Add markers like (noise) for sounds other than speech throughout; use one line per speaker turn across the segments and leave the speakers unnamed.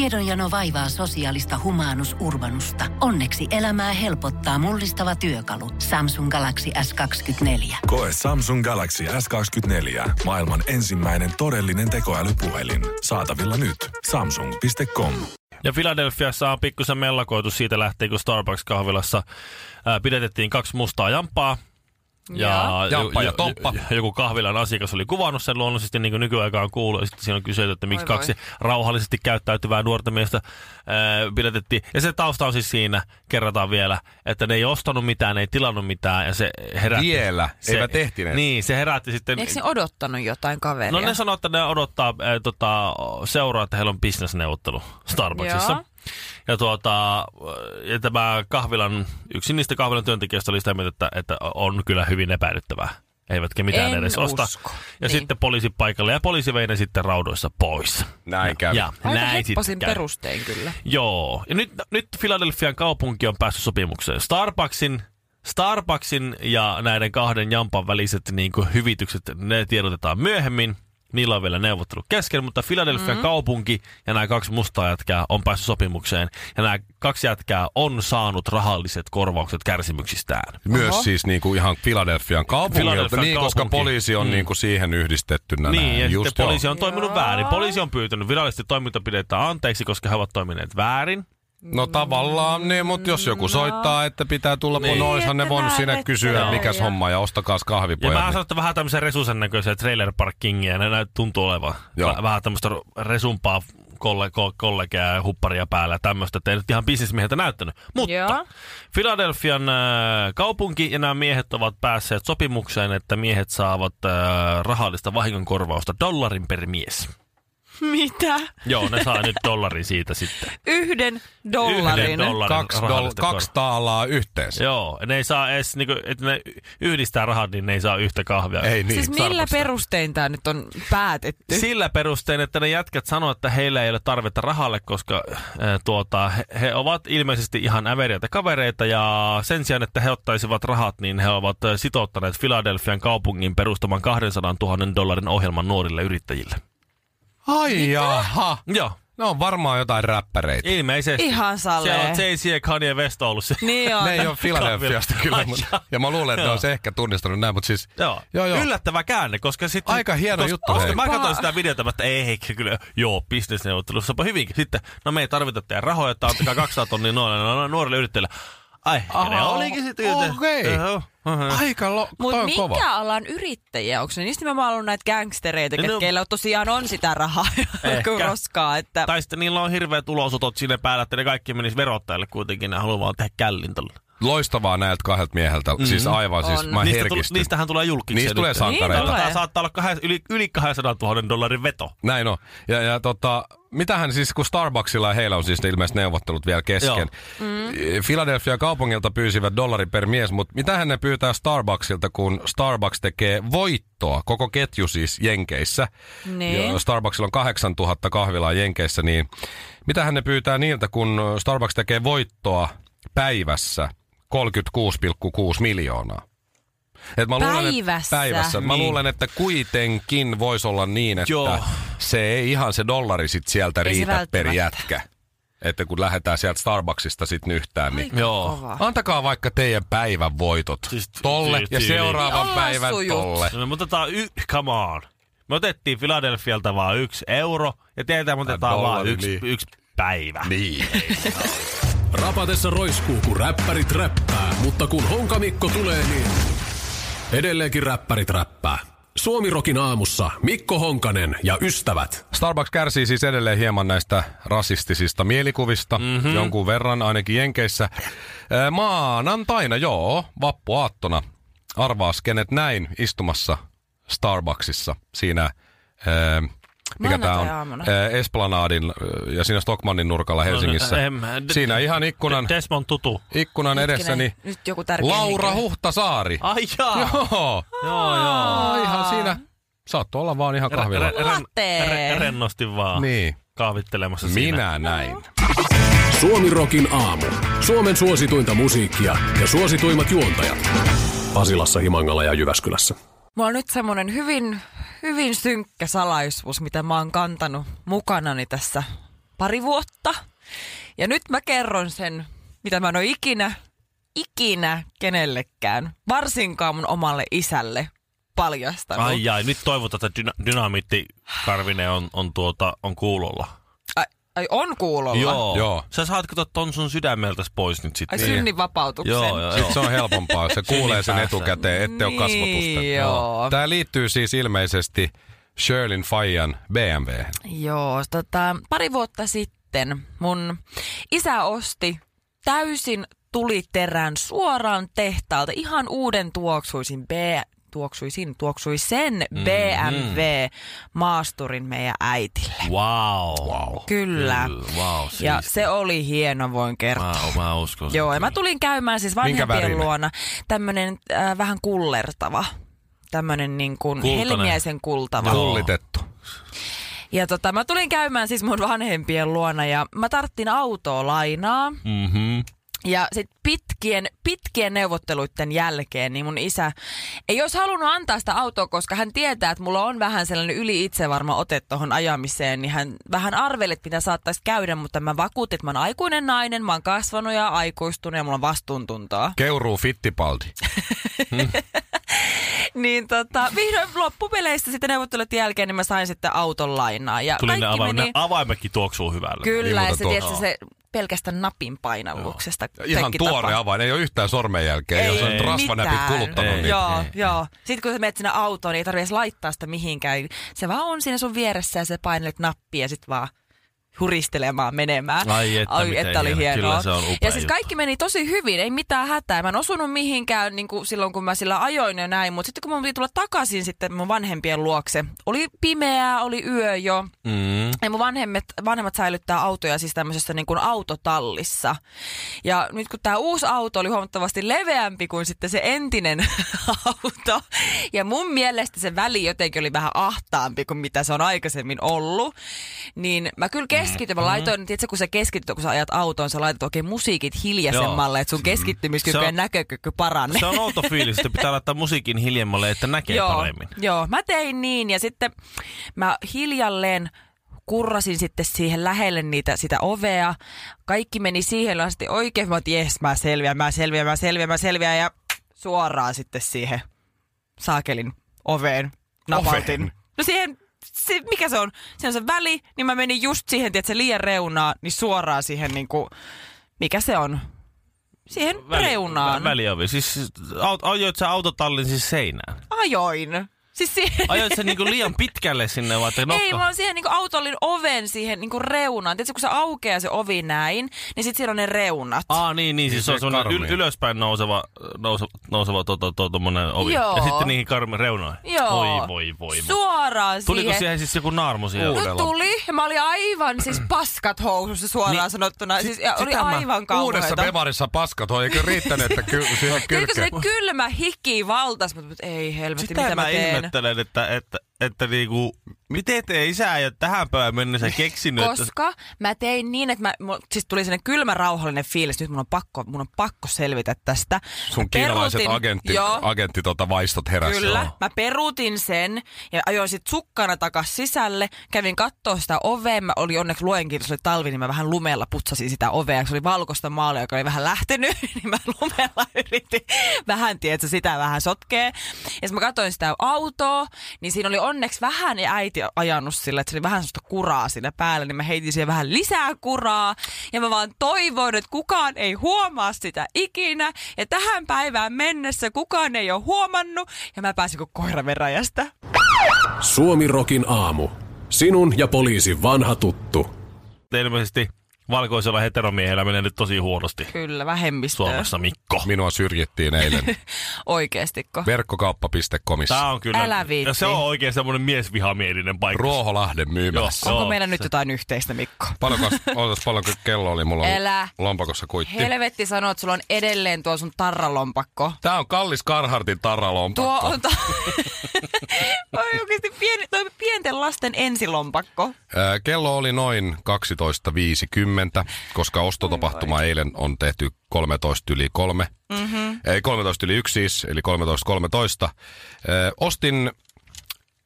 Tiedonjano vaivaa sosiaalista humanus urbanusta. Onneksi elämää helpottaa mullistava työkalu. Samsung Galaxy S24.
Koe Samsung Galaxy S24. Maailman ensimmäinen todellinen tekoälypuhelin. Saatavilla nyt. Samsung.com.
Ja Philadelphiassa on pikkusen mellakoitu siitä lähtien, kun Starbucks-kahvilassa ää, pidetettiin kaksi mustaa jampaa.
Joo.
joku
Jamppa ja toppa.
joku kahvilan asiakas oli kuvannut sen luonnollisesti, niin kuin nykyaikaan kuuluu. Ja Sitten siinä on kysytty, että miksi
Oi voi.
kaksi rauhallisesti käyttäytyvää nuorta miestä ää, pidätettiin. Ja se tausta on siis siinä, kerrataan vielä, että ne ei ostanut mitään, ne ei tilannut mitään. Ja se herätti,
Vielä? Eivät ehtineet?
Niin, se herätti sitten...
Eikö ne odottanut jotain kaveria?
No ne sanoo, että ne odottaa äh, tota, seuraa, että heillä on bisnesneuvottelu Starbucksissa.
Joo.
Ja, tuota, äh, ja tämä kahvilan, yksi niistä kahvilan työntekijöistä oli sitä mieltä, että, että on kyllä hyvin epäilyttävää. Eivätkä mitään
En
edes osta.
usko.
Ja
Niin.
sitten poliisi paikalle ja poliisi vei ne sitten raudoissa pois.
Näin kävi.
Ja
Aika
näin
hepposin
sitten kävi.
perustein kyllä.
Joo. Ja nyt, nyt Filadelfian kaupunki on päässyt sopimukseen. Starbucksin, Starbucksin ja näiden kahden jampan väliset niin kuin hyvitykset, ne tiedotetaan myöhemmin. Niillä on vielä neuvottelu kesken, mutta Filadelfian mm kaupunki ja nämä kaksi mustaa jätkää on päässyt sopimukseen. Ja nämä kaksi jätkää on saanut rahalliset korvaukset kärsimyksistään.
Myös
Oho.
siis niinku ihan Filadelfian kaupungilta,
Philadelphian
niin, koska
kaupunki. Mm.
poliisi on niinku siihen yhdistettynä.
Niin, ja
näin.
sitten
joo.
poliisi on toiminut
Joo.
väärin. Poliisi on pyytänyt virallisesti toimintapidettä anteeksi, koska he ovat toimineet väärin.
No tavallaan niin, mutta jos joku soittaa, että pitää tulla, niin.
Niin.
noishan ne
No. Että
voinut
nää
sinne
vettä
kysyä,
nää
mikäs
ja-
homma, ja ostakaas
Ja
kahvipojat.
mä sanon, että vähän tämmöisen resusen näköisiä trailer parkingia, ne näyt, tuntuu olevan.
Joo.
Väh- Vähän tämmöistä resumpaa kolle, ko- kollegaa ja hupparia päällä ja tämmöistä, että ei nyt ihan bisnesmieheltä näyttänyt. Mutta
Joo.
Filadelfian äh, kaupunki ja nämä miehet ovat päässeet sopimukseen, että miehet saavat äh, rahallista vahingonkorvausta dollarin per mies.
Mitä?
Joo, ne saa nyt dollarin siitä sitten.
Yhden dollarin.
Yhden
niin.
dollarin
kaksi, dol-
rahallista
kaksi taalaa
(laughs)
yhteensä.
Joo, ne ei saa edes, niinku, että ne yhdistää rahat, niin ne ei saa yhtä kahvia.
Ei niin.
Siis millä
Starbucksista.
perustein tämä nyt on päätetty?
Sillä perustein, että ne jätkät sanoo, että heillä ei ole tarvetta rahalle, koska äh, tuota, he, he ovat ilmeisesti ihan äveriäitä kavereita ja sen sijaan, että he ottaisivat rahat, niin he ovat äh, sitouttaneet Filadelfian kaupungin perustaman 200 000 dollarin ohjelman nuorille yrittäjille.
Ai jaha.
Joo,
Ne on varmaan jotain räppäreitä.
ilmeisesti.
Ihan
Siellä
salee.
on Jay-Z ja Kanye West ollut se.
Niin on.
Ne ei ole Filadelfiasta kyllä,
Ai
mutta,
jaa.
ja mä luulen, että ne on se ehkä tunnistanut näin, mutta siis...
Joo.
Joo, joo.
Yllättävä käänne, koska sitten...
Aika hieno
koska,
juttu, hei.
Koska mä
Onpa-
katsoin sitä videota, mä, että ei, ei kyllä, joo, bisnesneuvottelussa, onpa hyvinkin. Sitten, no me ei tarvita teidän rahoja, että antakaa 200 tonnia nuorille, no, nuorille yrittäjille. Ai, Aha, ne
Aha,
olikin sitten.
okei.
Joo, aha.
Aika lo- toi
Mutta
on
minkä
kova.
alan yrittäjiä? Onko ne niistä nimenomaan ollut näitä gangstereita,
No-
ketkä keillä tosiaan on sitä rahaa (laughs) kuin
Ehkä.
roskaa? Että...
Tai sitten niillä on hirveät ulosotot sinne päällä, että ne kaikki menis verottajalle kuitenkin, ne haluaa vaan tehdä källin tolle.
Loistavaa näiltä kahdelta mieheltä. Siis aivan siis,
On.
mä
Niistä tull,
herkistyn.
niistähän tulee julkiksi.
Niistä tulee sankareita.
Niin
Tämä saattaa olla kahden, yli, yli 200 000 dollarin veto.
Näin on. Ja, ja tota, mitähän siis, kun Starbucksilla ja heillä on siis ilmeisesti neuvottelut vielä kesken. Mm. Philadelphia kaupungilta pyysivät dollari per mies, mutta mitähän ne pyytää Starbucksilta, kun Starbucks tekee voittoa, koko ketju siis Jenkeissä.
Niin.
Ja Starbucksilla on 8000 kahvilaa Jenkeissä, niin mitähän ne pyytää niiltä, kun Starbucks tekee voittoa päivässä 36,6 miljoonaa. Et mä luulen,
Päivässä?
Että päivässä. Mä
Niin.
luulen, että kuitenkin voisi olla niin, että
Joo.
se ei ihan se dollari sit sieltä
Ei se
riitä per
välttämättä.
jätkä. Että kun lähdetään sieltä Starbucksista sit nyhtään, niin...
Aika
Joo.
kova.
Antakaa vaikka teidän päivän voitot
Siis-
tolle
siis-
ja
siis-
seuraavan
Niin ollaan
päivän
sujut.
tolle.
No, mutta otetaan y- come on. Me otettiin Filadelfialta vaan yksi euro ja teiltä me otetaan
dollari,
vaan yksi,
niin.
yksi päivä.
Niin.
Rapatessa roiskuu, kun räppärit räppää, mutta kun Honkamikko tulee, niin edelleenkin räppärit räppää. Suomirokin aamussa Mikko Honkanen ja ystävät.
Starbucks kärsii siis edelleen hieman näistä rasistisista mielikuvista,
Mhm.
mm-hmm. jonkun verran ainakin Jenkeissä. Ää, Maanantaina, joo, vappuaattona, arvaas kenet näin istumassa Starbucksissa siinä... ää, Mikä tämä on?
Maanantai-aamuna.
Ää, Esplanadin ää, ja siinä Stockmannin nurkalla Helsingissä.
No, em, d-
Siinä ihan ikkunan,
Desmond Tutu.
ikkunan edessäni
Nyt joku tärkeä
Laura
henkilö.
Huhtasaari.
Ai jaa.
Joo,
Joo, joo.
Aa, ihan siinä. Saattoi olla vaan ihan kahvilla.
Latte.
re- rennosti vaan
Niin.
kahvittelemassa siinä.
Minä näin.
Suomirokin aamu. Suomen suosituinta musiikkia ja suosituimmat juontajat. Pasilassa, Himangalla ja Jyväskylässä.
Mulla on nyt semmoinen hyvin, hyvin synkkä salaisuus, mitä mä oon kantanut mukanani tässä pari vuotta. Ja nyt mä kerron sen, mitä mä en ole ikinä, ikinä kenellekään, varsinkaan mun omalle isälle paljastanut.
Ai jai, nyt toivotaan, että dyna- dynamiitti Karvinen on, on, tuota, on kuulolla.
ai, ai on kuulolla.
Joo.
Joo.
Sä saat kato ton sun sydämeltäs pois nyt
Ai
sitten.
synnin vapautuksen.
Niin. Joo, joo, joo.
Sitten se on helpompaa,
(laughs)
se kuulee sen
Ylipäänsä.
etukäteen, ettei ole
Niin,
kasvotusta.
joo.
Tämä liittyy siis ilmeisesti Shirlin Fajan BMW.
Joo, tota, pari vuotta sitten mun isä osti täysin tuliterän suoraan tehtaalta ihan uuden tuoksuisin B, tuoksuisin, tuoksuisen BMW maasturin meidän äitille.
Niin. Wow. wow.
Kyllä.
Wow,
Ja se oli hieno, voin kertoa.
Mä, mä uskon. sen
Joo, ja
kyllä.
mä tulin käymään siis
värinen?
vanhempien luona tämmönen äh, vähän kullertava. Tämmönen niin kuin
Kultainen.
helmiäisen kultava.
Kullitettu.
Ja tota, mä tulin käymään siis mun vanhempien luona ja mä tarttin autoa lainaa. Mm-hmm. Ja sit pitkien, pitkien neuvotteluiden jälkeen niin mun isä ei olisi halunnut antaa sitä autoa, koska hän tietää, että mulla on vähän sellainen yli itsevarma ote tuohon ajamiseen. Niin hän vähän arveli, että mitä saattaisi käydä, mutta mä vakuutin, että mä oon aikuinen nainen, mä oon kasvanut ja aikuistunut ja mulla on vastuuntuntoa. (laughs)
Keuruu fittipaldi.
Niin tota, vihdoin loppupeleissä sitten neuvottelujen jälkeen niin mä sain sitten auton lainaa. Ja
Tuli ne
kaikki
avaimet.
meni...
Ne avaimetkin tuoksuu hyvälle.
Kyllä, ja
Limutan
se,
tuon-
tietysti, se pelkästä napin painalluksesta.
Ihan
teki
tuore
tapa.
avain, ei ole yhtään sormenjälkeä, ei, jos on rasvanäpit
mitään.
kuluttanut.
Ei.
Niin.
Joo, joo. Sitten kun sä menet sinne autoon, niin ei tarvitse laittaa sitä mihinkään. Se vaan on siinä sun vieressä ja sä painelet nappia ja sit vaan huristelemaan menemään.
Ai että miten
että oli
hieno.
hienoa.
Kyllä se on upea
ja siis
juttu.
kaikki meni tosi hyvin, ei mitään hätää. Mä en osunut mihinkään niin kuin silloin, kun mä sillä ajoin ja näin. Mutta sitten kun mun piti tulla takaisin sitten mun vanhempien luokse, oli pimeää, oli yö jo.
Mm.
Ja mun vanhemmat, vanhemmat säilyttää autoja siis tämmöisessä niin kuin autotallissa. Ja nyt kun tämä uusi auto oli huomattavasti leveämpi kuin sitten se entinen (laughs) auto. Ja mun mielestä se väli jotenkin oli vähän ahtaampi kuin mitä se on aikaisemmin ollut. Niin mä kyllä keskityin.
Mm-hmm.
Mä laitoin, tiedätkö kun sä keskityt, kun sä ajat autoon, sä laitat oikein musiikit hiljaisemmalle, että sun keskittymiskyky
Mm-hmm. Se on-
ja näkökyky paranee.
Se on outo fiilis, että pitää laittaa musiikin hiljemmalle, että näkee
joo,
paremmin.
Joo, mä tein niin ja sitten mä hiljalleen kurrasin sitten siihen lähelle niitä, sitä ovea. Kaikki meni siihen asti oikein. Mä oon, että jes, mä selviän, mä selviän, mä selviän, mä selviän ja suoraan sitten siihen saakelin oveen napautin.
Oveen?
No siihen, se, mikä se on? Se on se väli, niin mä menin just siihen, että se liian reunaa, niin suoraan siihen niin kuin, mikä se on? Siihen reunaan.
vä- Väliovi. Siis siis aut, ajoit sä autotallin siis seinään?
Ajoin. Siis siihen,
Ajoit sä niinku liian pitkälle sinne vai että
Ei,
nokka?
vaan siihen niinku autollin oven siihen niinku reunaan. Tiedätkö, kun se aukeaa se ovi näin, niin sit siellä on ne reunat.
Aa, niin, niin, siis se on
se
semmoinen
karmia.
yl- ylöspäin nouseva, nouseva, nouseva to, to, to, tommonen ovi.
Joo.
Ja sitten niihin karmi reunoihin.
Joo.
Voi, voi, voi. voi.
Suoraan
Tuliko
siihen.
siihen siis joku naarmu siihen?
Uuden.
No tuli, ja mä olin aivan siis paskat housussa suoraan niin, sanottuna. Siis, ja oli
Sitä mä-
aivan
Uudessa
kauheeta.
bevarissa paskat on, eikö riittänyt, että
(laughs)
ky- siihen
Tiedätkö, se
kylkeen.
kylmä hiki valtas, mutta mut ei helvetti,
Sitä
mitä mä,
mä
teen.
ihmettelen, että, että, että niinku, miten te isä ei ole tähän päivään mennessä keksinyt, että
Koska mä tein niin, että mä, mul, siis tuli sinne kylmä rauhallinen fiilis, nyt mun on pakko, mun on pakko selvitä tästä. Mä
Sun kiinalaiset
peruutin-
agentti,
Joo,
agentti tota vaistot heräsi.
Kyllä, mä peruutin sen ja ajoin sit sukkana takas sisälle. Kävin kattoo sitä ovea, mä oli onneksi luenkin, se oli talvi, niin mä vähän lumella putsasin sitä ovea. Se oli valkoista maalia, joka oli vähän lähtenyt, (laughs) niin mä lumella yritin vähän, tiedätkö, sitä vähän sotkee. Ja sit mä katsoin sitä autoa, niin siinä oli onneksi vähän ja äiti ajanut sillä, että se oli vähän sellaista kuraa siinä päällä, niin mä heitin siihen vähän lisää kuraa. Ja mä vaan toivoin, että kukaan ei huomaa sitä ikinä. Ja tähän päivään mennessä kukaan ei ole huomannut. Ja mä pääsin kuin koira veräjästä.
Suomirokin aamu. Sinun ja poliisin vanha tuttu.
ilmeisesti valkoisella heteromiehellä menee nyt tosi huonosti
Kyllä, vähemmistöä.
Suomessa, Mikko.
Minua
(laughs)
syrjittiin eilen
Oikeestikko.
verkkokauppa.comissa.
Tää on kyllä,
Älä viitsi.
ja se on oikein semmoinen miesvihamielinen paikka.
Ruoholahden myymälässä.
Onko
Joo,
meillä nyt jotain yhteistä, Mikko?
Paljonko, (laughs) ootas paljonko kello oli mulla on
Älä.
lompakossa kuitti.
Helvetti sanoo, että sulla on edelleen tuo sun tarralompakko.
Tää on kallis Karhartin
Tuo
tarralompakko.
on ta- (laughs) Oi oikeesti pieni, toi pienten lasten ensilompakko.
Ää, Kello oli noin 12.50, koska ostotapahtuma eilen on tehty 13 yli 3.
Mhm.
Mm-hmm. Ei 13 yli 1 siis, eli 13.13. 13. Ostin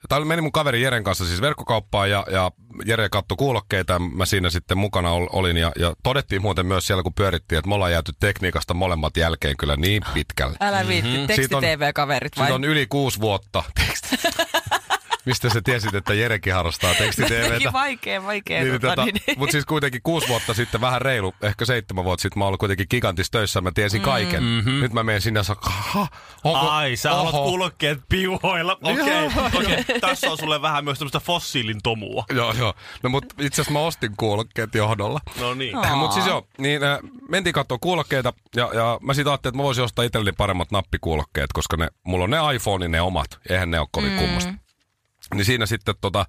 Tää meni mun kaveri Jeren kanssa siis verkkokauppaan ja, ja Jere katsoi kuulokkeita ja mä siinä sitten mukana ol- olin ja, ja todettiin muuten myös siellä kun pyörittiin, että me ollaan jääty tekniikasta molemmat jälkeen kyllä niin pitkälle.
Älä viitti, mm-hmm.
Siitä on-
teksti-tv-kaverit vai?
Siitä on yli kuusi vuotta teksti. (laughs) Mistä sä tiesit, että Jerekin harrastaa tekstiteevetä?
(laughs) Jotenkin vaikea, vaikea.
Niin,
tota,
tota,
niin, niin.
Mutta siis kuitenkin kuusi vuotta sitten, vähän reilu, ehkä seitsemän vuotta sitten, mä olin kuitenkin gigantis töissä, mä
Mm.
tiesin kaiken. Mm-hmm. Nyt mä menen sinne ja sanon, "Aha, onko,
Mhm. Ai, sä haluat
oho."
kulkeet piuhoilla. Okei, okei. Tässä on sulle vähän myös tämmöistä fossiilin tomua.
Joo, joo. No mut itse asiassa mä ostin kuulokkeet johdolla.
No niin.
Mutta siis joo, niin äh, mentiin katsoa kuulokkeita ja, ja mä siitä ajattelin, että mä voisin ostaa itselleni paremmat nappikuulokkeet, koska ne, mulla on ne iPhonein ne omat, eihän ne ole kovin mm. kummosta. Niin siinä sitten tota, äh,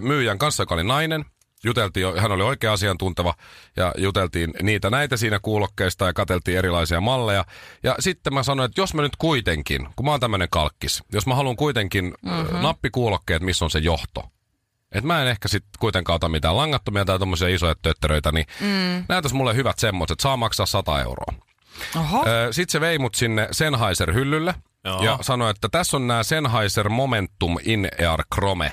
myyjän kanssa, joka oli nainen, juteltiin, jo- hän oli oikea asiantunteva ja juteltiin niitä näitä siinä kuulokkeista ja katseltiin erilaisia malleja. Ja sitten mä sanoin, että jos mä nyt kuitenkin, kun mä oon tämmönen kalkkis, jos mä haluan kuitenkin mm-hmm. nappikuulokkeet, missä on se johto, et mä en ehkä sit kuitenkaan ota mitään langattomia tai tommosia isoja tötteröitä, niin mm. näytäs mulle hyvät semmoset, saa maksaa 100 euroa.
Oho,
Ö, sit se vei mut sinne Sennheiser-hyllylle
Joo.
ja sanoi, että tässä on nämä Sennheiser Momentum In-Ear Chrome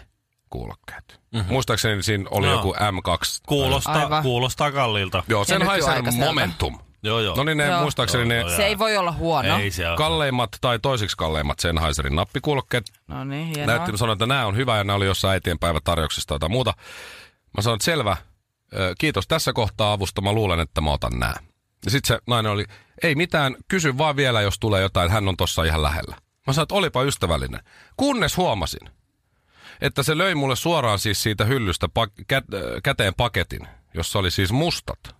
kuulokkeet. Mm-hmm. Muistaakseni siinä oli
Mhm. Joo.
joku M2.
Kuulostaa,
Aivan.
kuulostaa kalliilta.
Joo, Sennheiser
nykyaikaiselta.
Momentum.
Joo, joo.
No niin, ne
Joo.
muistaakseni ne
Joo,
se ei voi olla huono.
Ei se ole.
kalleimmat tai toisiksi kalleimmat Sennheiserin nappikuulokkeet
No niin, hienoa.
näytti, sanoin, että nämä on hyvä ja nämä oli jossain äitienpäivä tarjouksesta tai muuta. Mä sanoin, että selvä, ö, kiitos tässä kohtaa avusta, mä luulen, että mä otan nämä. Ja sitten se nainen oli, ei mitään, kysy vaan vielä, jos tulee jotain, hän on tossa ihan lähellä. Mä sanoin, että olipa ystävällinen. Kunnes huomasin, että se löi mulle suoraan siis siitä hyllystä pak- kä- ö, käteen paketin, jossa oli siis mustat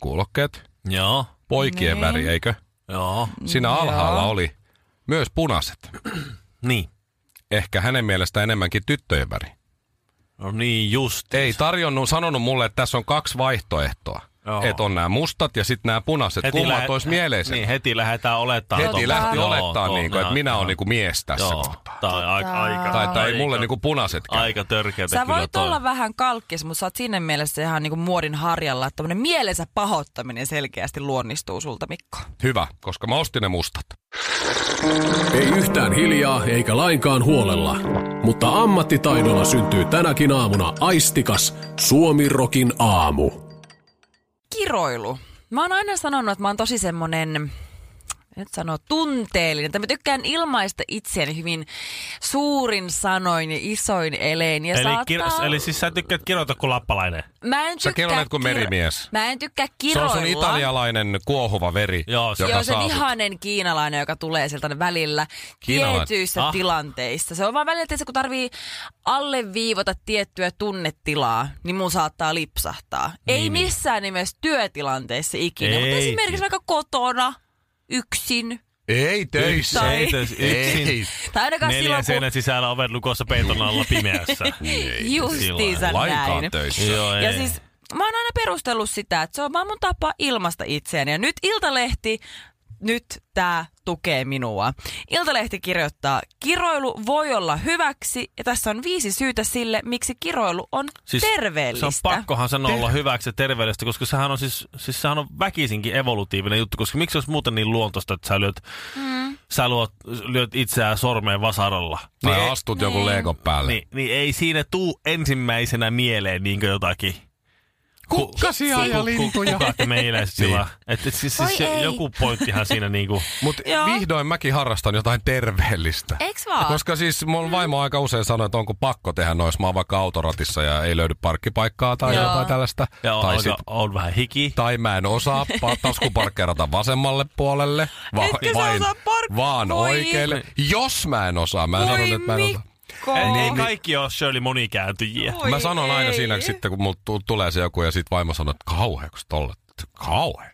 kuulokkeet,
Joo,
poikien niin. väri, eikö?
joo.
Siinä alhaalla oli myös punaiset.
Niin.
Ehkä hänen mielestä enemmänkin tyttöjen väri.
No niin, just.
Ei tarjonnut, sanonut mulle, että tässä on kaksi vaihtoehtoa.
Joo.
Että on nämä mustat ja sitten nämä punaiset. Kummat
lähe-
olisi mieleisen?
Niin, heti lähdetään olettamaan.
Heti
totta.
lähti
Joo,
olettaa,
tuo-
niin kuin, että
joo,
minä
joo.
olen niin kuin mies tässä
Joo,
kohtaa.
tää on aika, aika,
Tai, tai ei
aika-
mulle niin kuin punaiset käy.
Aika törkeätä
Sä
kyllä
voit
toi.
olla vähän kalkkis, mutta sä oot siinä mielessä ihan niinku muodin harjalla, että tämmönen mielensä pahoittaminen selkeästi luonnistuu sulta, Mikko.
Hyvä, koska mä ostin ne mustat.
Ei yhtään hiljaa eikä lainkaan huolella, mutta ammattitaidolla syntyy tänäkin aamuna aistikas Suomirokin aamu.
Kiroilu. Mä oon aina sanonut, että mä oon tosi semmonen, nyt sanoo tunteellinen, tai mä tykkään ilmaista itseäni hyvin suurin sanoin ja isoin elein. Ja
Eli,
saattaa...
kir- eli siis sä tykkäät kirjoita kuin lappalainen.
Mä en
Sä
tykkää
kiroilet kuin
kir-
merimies.
Mä en tykkää
Se on
kiroilla.
sun italialainen kuohuva veri,
Joo, se-
joka
Joo, se
saa sut.
vihainen kiinalainen, joka tulee sieltä välillä
Kiinalainen.
tietyissä
Ah.
ah. tilanteissa. Se on vaan välillä, tietysti, kun tarvii alleviivota tiettyä tunnetilaa, niin mun saattaa lipsahtaa. Niin, Ei missään nimessä työtilanteissa ikinä, mutta
Ei.
esimerkiksi vaikka kotona, yksin.
Ei töissä.
Tai-
Ei töissä, yksin.
Ei.
Tai ainakaan
Neljän
silloin,
seinän sisällä oven lukossa peiton alla
(laughs)
pimeässä.
Niin.
kun justiinsa
Lainkaan
näin.
töissä.
Joo,
Ja siis mä oon aina perustellut sitä, että se on vaan mun tapa ilmaista itseäni. Ja nyt Iltalehti, nyt tää tukee minua. Iltalehti kirjoittaa, kiroilu voi olla hyväksi ja tässä on viisi syytä sille, miksi kiroilu on siis terveellistä.
Se on pakkohan sen olla hyväksi ja terveellistä, koska sehän on, siis, siis sehän on väkisinkin evolutiivinen juttu, koska miksi olisi muuten niin luontoista, että sä lyöt, mm. sä luot, lyöt itseään sormeen vasaralla.
Tai astut jonkun leekon päälle.
Niin, niin ei siinä tuu ensimmäisenä mieleen niin jotakin.
Kukkasia
(laughs)
ja lintuja.
Kuka meillä
Niin.
sillä. Et, et siis, siis
Voi
se-
ei.
joku pointtihan siinä niinku.
Mutta
Joo.
vihdoin mäkin harrastan jotain terveellistä.
Eiks vaan?
Koska siis mun vaimo aika usein sanoo, että onko pakko tehdä nois. Mä oon vaikka autoratissa ja ei löydy parkkipaikkaa tai Joo.
Joo.
jotain tällaista.
Ja on,
tai,
aika, on vähän hiki.
tai mä en osaa pa- taskuparkkeerata vasemmalle puolelle, va-
Etkö sä
vain,
osaa park-
vaan
Voi.
oikealle. Jos mä en osaa, mä en
Voi
sanon, että mä en osaa.
Mikko.
Niin,
Ei, ei kaikki ole Shirley monikääntyjiä.
Voi
Mä sanon aina
ei.
siinä sitten, kun mulla tu- tulee se joku ja sit vaimo sanoo, että kauheaks tolle, kauhean.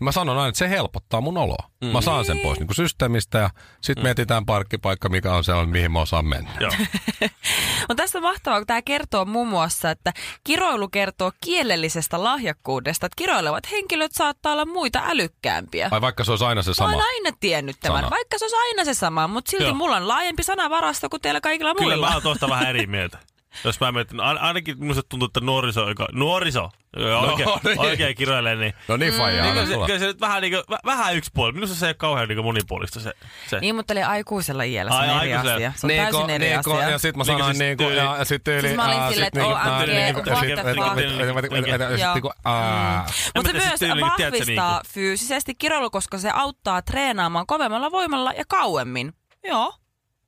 Mä sanon aina, että se helpottaa mun oloa. Mm. Mä saan sen pois niin systeemistä ja sit mm. mietitään parkkipaikka, mikä on sellainen, mihin mä osaan mennä.
Joo.
Mutta tässä No, on mahtavaa, kun tämä kertoo muun muassa, että kiroilu kertoo kielellisestä lahjakkuudesta. Että kiroilevat henkilöt saattaa olla muita älykkäämpiä.
Ai vaikka se olisi aina se
Mä
sama.
oon aina tiennyt tämän,
Sana.
Sana. vaikka se olisi aina se sama, mutta silti
Joo.
Joo. mulla on laajempi sanavarasto kuin teillä kaikilla
Kyllä
muilla.
mä oon tosta vähän eri mieltä. Jos mä mietin, ain- ainakin minusta tuntuu, että nuoriso, joka, nuoriso, joka
No
oikein,
(laughs) niin.
oikein kirjailee, niin
No niin, faija,
Mm.
Niin,
anna
kyllä, se,
tulla.
kyllä se nyt vähän, niin kuin, vähän yksipuolinen. Minusta se ei ole kauhean niin monipuolista se. se.
Niin, mutta oli aikuisella iällä se
Ai,
on eri
aikuisella. Niin,
asia. Se on täysin eri
niinku,
asia.
ja sit mä
Niinku
sanoin
siis
niinku,
tyyli-
ja sit tyyli...
Siis mä olin silleen, että oh,
nää,
Anke,
niinku,
what the
ja sit-
fuck?
ja sit
Joo.
niinku, aa.
mitä
Mutta se
se
myös
tyyli, tiedätkö, niinku-
vahvistaa fyysisesti kiroilu, koska se auttaa treenaamaan kovemmalla voimalla ja kauemmin. Joo,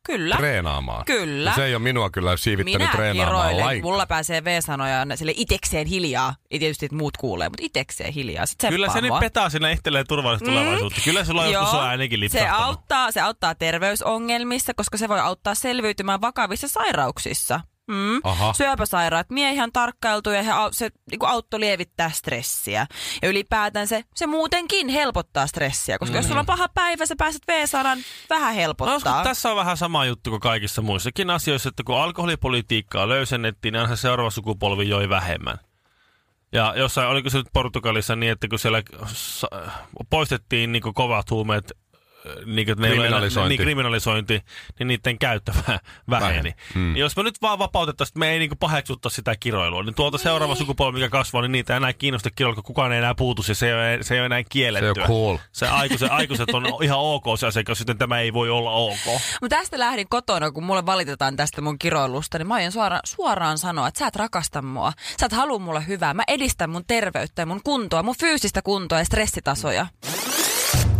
kyllä.
Treenaamaan.
Mm. Kyllä.
No Se ei ole minua kyllä siivittänyt
Minä
treenaamaan
kiroilen,
lainkaan.
mulla pääsee V-sanoja ne sille itekseen hiljaa. Ei tietysti, että muut kuulee, mutta itekseen hiljaa. Sit tseppaa
Kyllä se nyt
mua.
petaa sinne itselleen turvallista mm. tulevaisuutta. Kyllä sulla on joskus on ainakin
se
lipsahtanut.
auttaa, se auttaa terveysongelmissa, koska se voi auttaa selviytymään vakavissa sairauksissa. Mm.
Aha.
Syöpäsairaat miehiä on tarkkailtu ja he, au- se niin auttoi lievittää stressiä. Ja ylipäätään se, se muutenkin helpottaa stressiä, koska mm. jos sulla on paha päivä, sä pääset V-sanan vähän
Mä uskon,
helpottaa.
että No, tässä on vähän sama juttu kuin kaikissa muissakin asioissa, että kun alkoholipolitiikkaa löysennettiin, niin aina seuraava sukupolvi joi vähemmän. Ja jossain, oliko se nyt Portugalissa niin, että kun siellä sa- poistettiin niin kovat huumeet, äh, niin, kuin, että ne ei ole enää-
Kriminalisointi.
niin, kriminalisointi, niin niiden käyttö (laughs) vähän väheni.
Väheni. Mm.
Niin Jos me nyt vaan vapautettaisiin, että me ei niin paheksuttaisi sitä kiroilua, niin tuolta seuraava sukupolvi, mikä kasvaa, niin niitä ei enää kiinnosta kiroilua, kun kukaan ei enää puutu, ja se ei ole, se ei ole enää kiellettyä.
cool.
Se
(laughs)
aikuiset, aikuiset on ihan ok se asiakas, joten tämä ei voi olla ok.
Mutta tästä lähdin kotona, kun mulle valitetaan tästä mun kiroilusta, niin mä aion suoraan, suoraan sanoa, että sä et rakasta mua. Sä et halua mulle hyvää. Mä edistän mun terveyttä ja mun kuntoa, mun fyysistä kuntoa ja stressitasoja.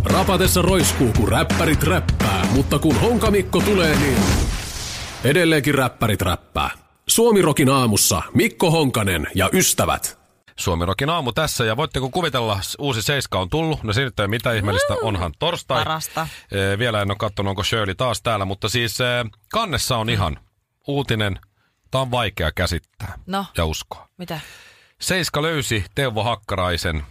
Rapatessa roiskuu, kun räppärit räppää, mutta kun Honkamikko tulee, niin edelleenkin räppärit räppää. Suomirokin aamussa Mikko Honkanen ja ystävät.
Suomirokin aamu tässä ja voitteko kuvitella, s- uusi seiska on tullut. No se nyt ei ole mitään ihmeellistä, onhan torstai.
Parasta.
Ee, vielä en ole katsonut, onko Shirley taas täällä, mutta siis ee, kannessa
Mm.
on ihan uutinen. Tämä on vaikea käsittää
No.
ja uskoa.
Mitä?
Seiska löysi Teuvo Hakkaraisen.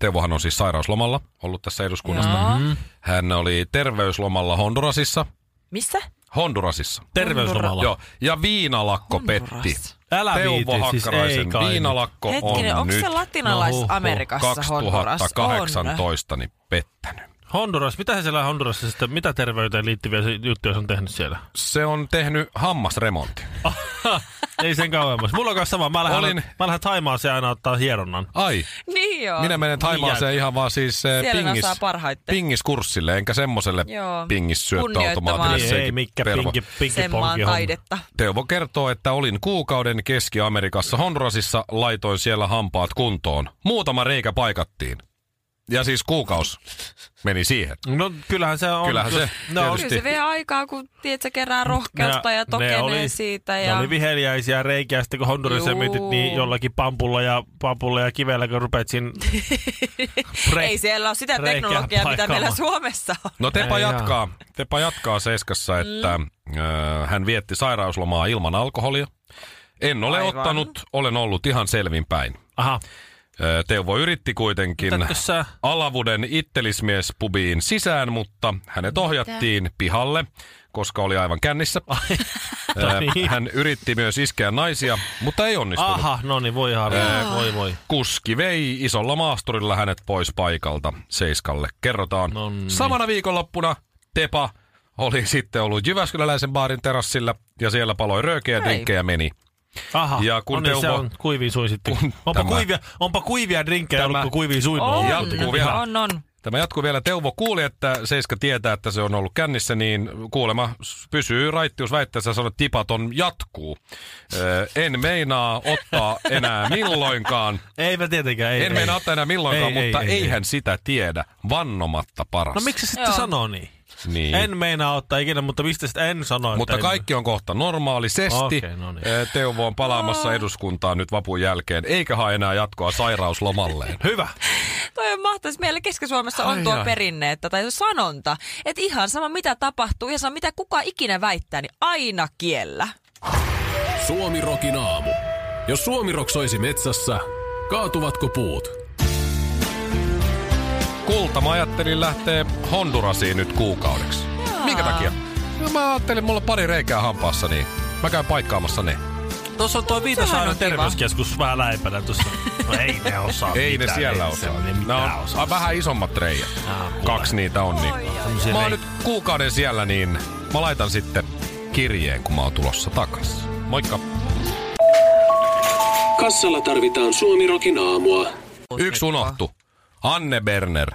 Teuvohan on siis sairauslomalla ollut tässä eduskunnasta.
Joo.
Hän oli terveyslomalla Hondurasissa.
Missä?
Hondurasissa.
Terveyslomalla.
Joo, ja viinalakko petti.
Älä
Teuvo
viiti, siis
Hakkaraisen
ei kai. No,
viinalakko
Hetkinen,
on
onko
nyt
se latinalais-Amerikassa Honduras? On.
2018 niin pettänyt.
Honduras, mitä se siellä Hondurassa sitten, mitä terveyteen liittyviä se- juttuja se on tehnyt
(laughs)
siellä?
Se on tehnyt hammasremontin.
ei sen kauemmas. Mulla on kanssa sama, mä lähden,
Olin-
mä lähden Taimaan se aina ottaa hieronnan.
Ai,
Niin joo.
minä menen Taimaaseen ihan vaan siis eh,
Siellä ne
pingis,
osaa parhaiten.
pingiskurssille, enkä semmoiselle
Joo. Kunnioittamaan.
pingissyöttöautomaatille
Ei, ei
senkin
mikä
perva.
pinki, pinki
Sen maan taidetta.
Teuvo kertoo, että olin kuukauden Keski-Amerikassa Hondurasissa, laitoin siellä hampaat kuntoon. Muutama reikä paikattiin. Ja siis kuukaus meni siihen.
No kyllähän se on.
Kyllähän se,
no,
tietysti.
Kyllä se vie aikaa, kun tiedät, sä kerää rohkeutta ja tokenee siitä.
Ne
Ja...
oli viheliäisiä reikiä, sitten kun Hondurassa
Juu.
mietit, niin jollakin pampulla ja, pampulla ja kivellä, kun rupeat siinä...
(laughs)
Re-
Ei siellä ole sitä
reikää
teknologiaa, mitä
paikkaamaan.
meillä Suomessa on.
No Tepa
Ei jaa.
jatkaa. Tepa jatkaa Seiskassa, että mm. ö, hän vietti sairauslomaa ilman alkoholia. En ole
Aivan.
Aivan. ottanut, olen ollut ihan selvinpäin.
Aha.
Ö, Teuvo yritti kuitenkin
Mitätkö sä?
alavuuden ittelismiespubiin sisään, mutta hänet ohjattiin pihalle, koska oli aivan kännissä. Ö,
niin.
Hän yritti myös iskeä naisia, mutta ei onnistunut.
Aha, no niin, voi harmi. Voi voi.
Kuski vei isolla maasturilla hänet pois paikalta Seiskalle. Kerrotaan.
Nonni.
Samana viikonloppuna Tepa oli sitten ollut Jyväskyläläisen baarin terassilla ja siellä paloi röökeä ja
Hei.
drinkkejä meni.
Aha,
Ja kun
no niin, se
Teuvo-
on kuiviin suihin sitten.
Kun
onpa,
tämä-
kuivia, onpa kuivia drinkkejä
Tämä-
ollut, kun kuivia suin
On,
jatkuu vielä.
Niin, on, on.
Tämä jatkuu vielä. Teuvo kuuli, että Seiska tietää, että se on ollut kännissä, niin kuulema s- pysyy raittius väitteessä ja sanoi, että tipaton jatkuu. Ö, en meinaa ottaa
(laughs)
enää milloinkaan.
Ei mä tietenkään, ei.
En
ei.
meinaa ottaa enää milloinkaan,
Ei, ei,
mutta
ei, ei.
eihän sitä tiedä. Vannomatta paras.
No miksi se sitten
Joo.
sanoo niin?
Niin.
En meinaa ottaa ikinä, mutta mistä sitä en sano,
Mutta
että en-
kaikki on kohta normaalisesti.
Okei, no niin.
Eh, Teuvo on palaamassa eduskuntaan nyt vapun jälkeen, eikä hae enää jatkoa sairauslomalleen.
Hyvä.
Toi on mahtavaa. Meillä Keski-Suomessa on
Ai
tuo
ai.
perinne, että, tai sanonta, että ihan sama mitä tapahtuu, ihan sama mitä kuka ikinä väittää, niin aina kiellä.
Suomirokin aamu. Jos Suomirok soisi metsässä, kaatuvatko puut?
Kulta mä ajattelin lähteä Hondurasiin nyt kuukaudeksi. Minkä takia? No mä ajattelin, mulla on pari reikää hampaassa, niin mä käyn paikkaamassa ne.
Tuossa on tuo
Sehän
Viitasaaren
on kiva.
terveyskeskus vähän lähempänä tuossa. No ei ne osaa
Ei
mitään,
ne siellä
ei se-
osaa.
Ei
No,
mitään osaa.
a, vähän isommat reijät.
Ah, kuule.
Kaksi niitä on. Niin.
Tämmösiä
Mä
rei-
oon nyt kuukauden siellä, niin mä laitan sitten kirjeen, kun mä oon tulossa takas. Moikka!
Kassalla tarvitaan Suomirokin aamua.
Yksi unohtu. Anne Berner.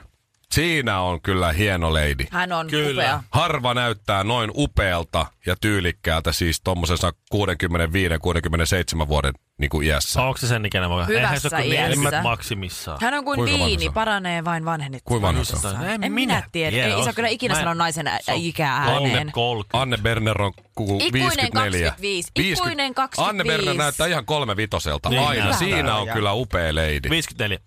Siinä on kyllä hieno leidi.
Hän on
Kyllä.
Kyllä. upea.
Harva näyttää noin upealta ja tyylikkäältä siis tommosessa 65-67 vuoden niin kuin iässä.
Onko se sen ikäinen vai?
Hyvässä
Eihän se ole
iässä.
kuin 40 maksimissaan.
Hän on kuin
Kuinka vanha
viini,
se on?
paranee vain vanhenit.
Kuinka vanha se on?
En, en minä tiedä. Ei isä kyllä ikinä sano naisen ä- ikää ääneen.
30.
Anne Berner on ku-
Ikuinen
54.
25. Ikuinen 25.
Anne Berner näyttää ihan kolmevitoselta.
Niin
Aina.
näyttää.
Siinä on kyllä upea leidi.
54.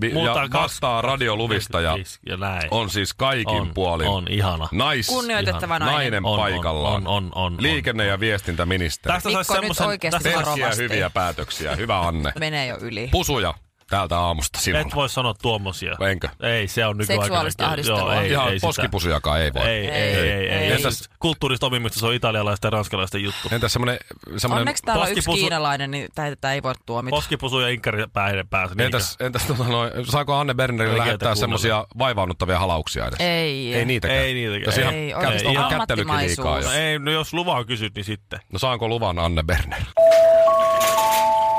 Vi-
Muuta
ja vastaa radioluvista ja
25 ja näin.
on siis kaikin
On,
puolin.
on, ihana.
Nais,
Kunnioitettava
nainen,
nainen.
On, on,
paikallaan.
on, on, on, on.
Liikenne- ja viestintäministeri.
Tästä
Mikko,
saisi
nyt
semmosen-
oikeesti
tästä saisi-
varo.
Tästä
varovasti.
hyviä päätöksiä. Hyvä Anne.
Menee jo yli.
Pusuja täältä aamusta
Et
sinulle.
voi sanoa tuommoisia.
Enkö?
Ei, se on nykyaikana.
Seksuaalista
Joo,
ahdistelua.
ei,
Ihan
ei sitä.
poskipusujakaan ei voi.
Ei, ei, ei. ei, ei.
Entäs-
Siis Kulttuurista omimmista se on italialaisten ja ranskalaisten juttu.
Entäs semmoinen... semmoinen
Onneksi täällä on yksi
poskipusu-
kiinalainen, niin tätä ei voi tuomita.
Poskipusu ja inkkari päähän niin päässä.
entäs, entäs tota noin, saako Anne Bernerille
Oikeita
lähettää
kuunnella.
semmoisia vaivaannuttavia halauksia edes?
Ei.
Ei niin, niitäkään.
Ei niitäkään.
Jos ihan
Ei,
kä-
oikeasti
onko
ihan
kättelykin liikaa jo?
ammattimaisuus.
No ei, no jos luvaa kysyt, niin sitten.
No saanko luvan Anne Berner?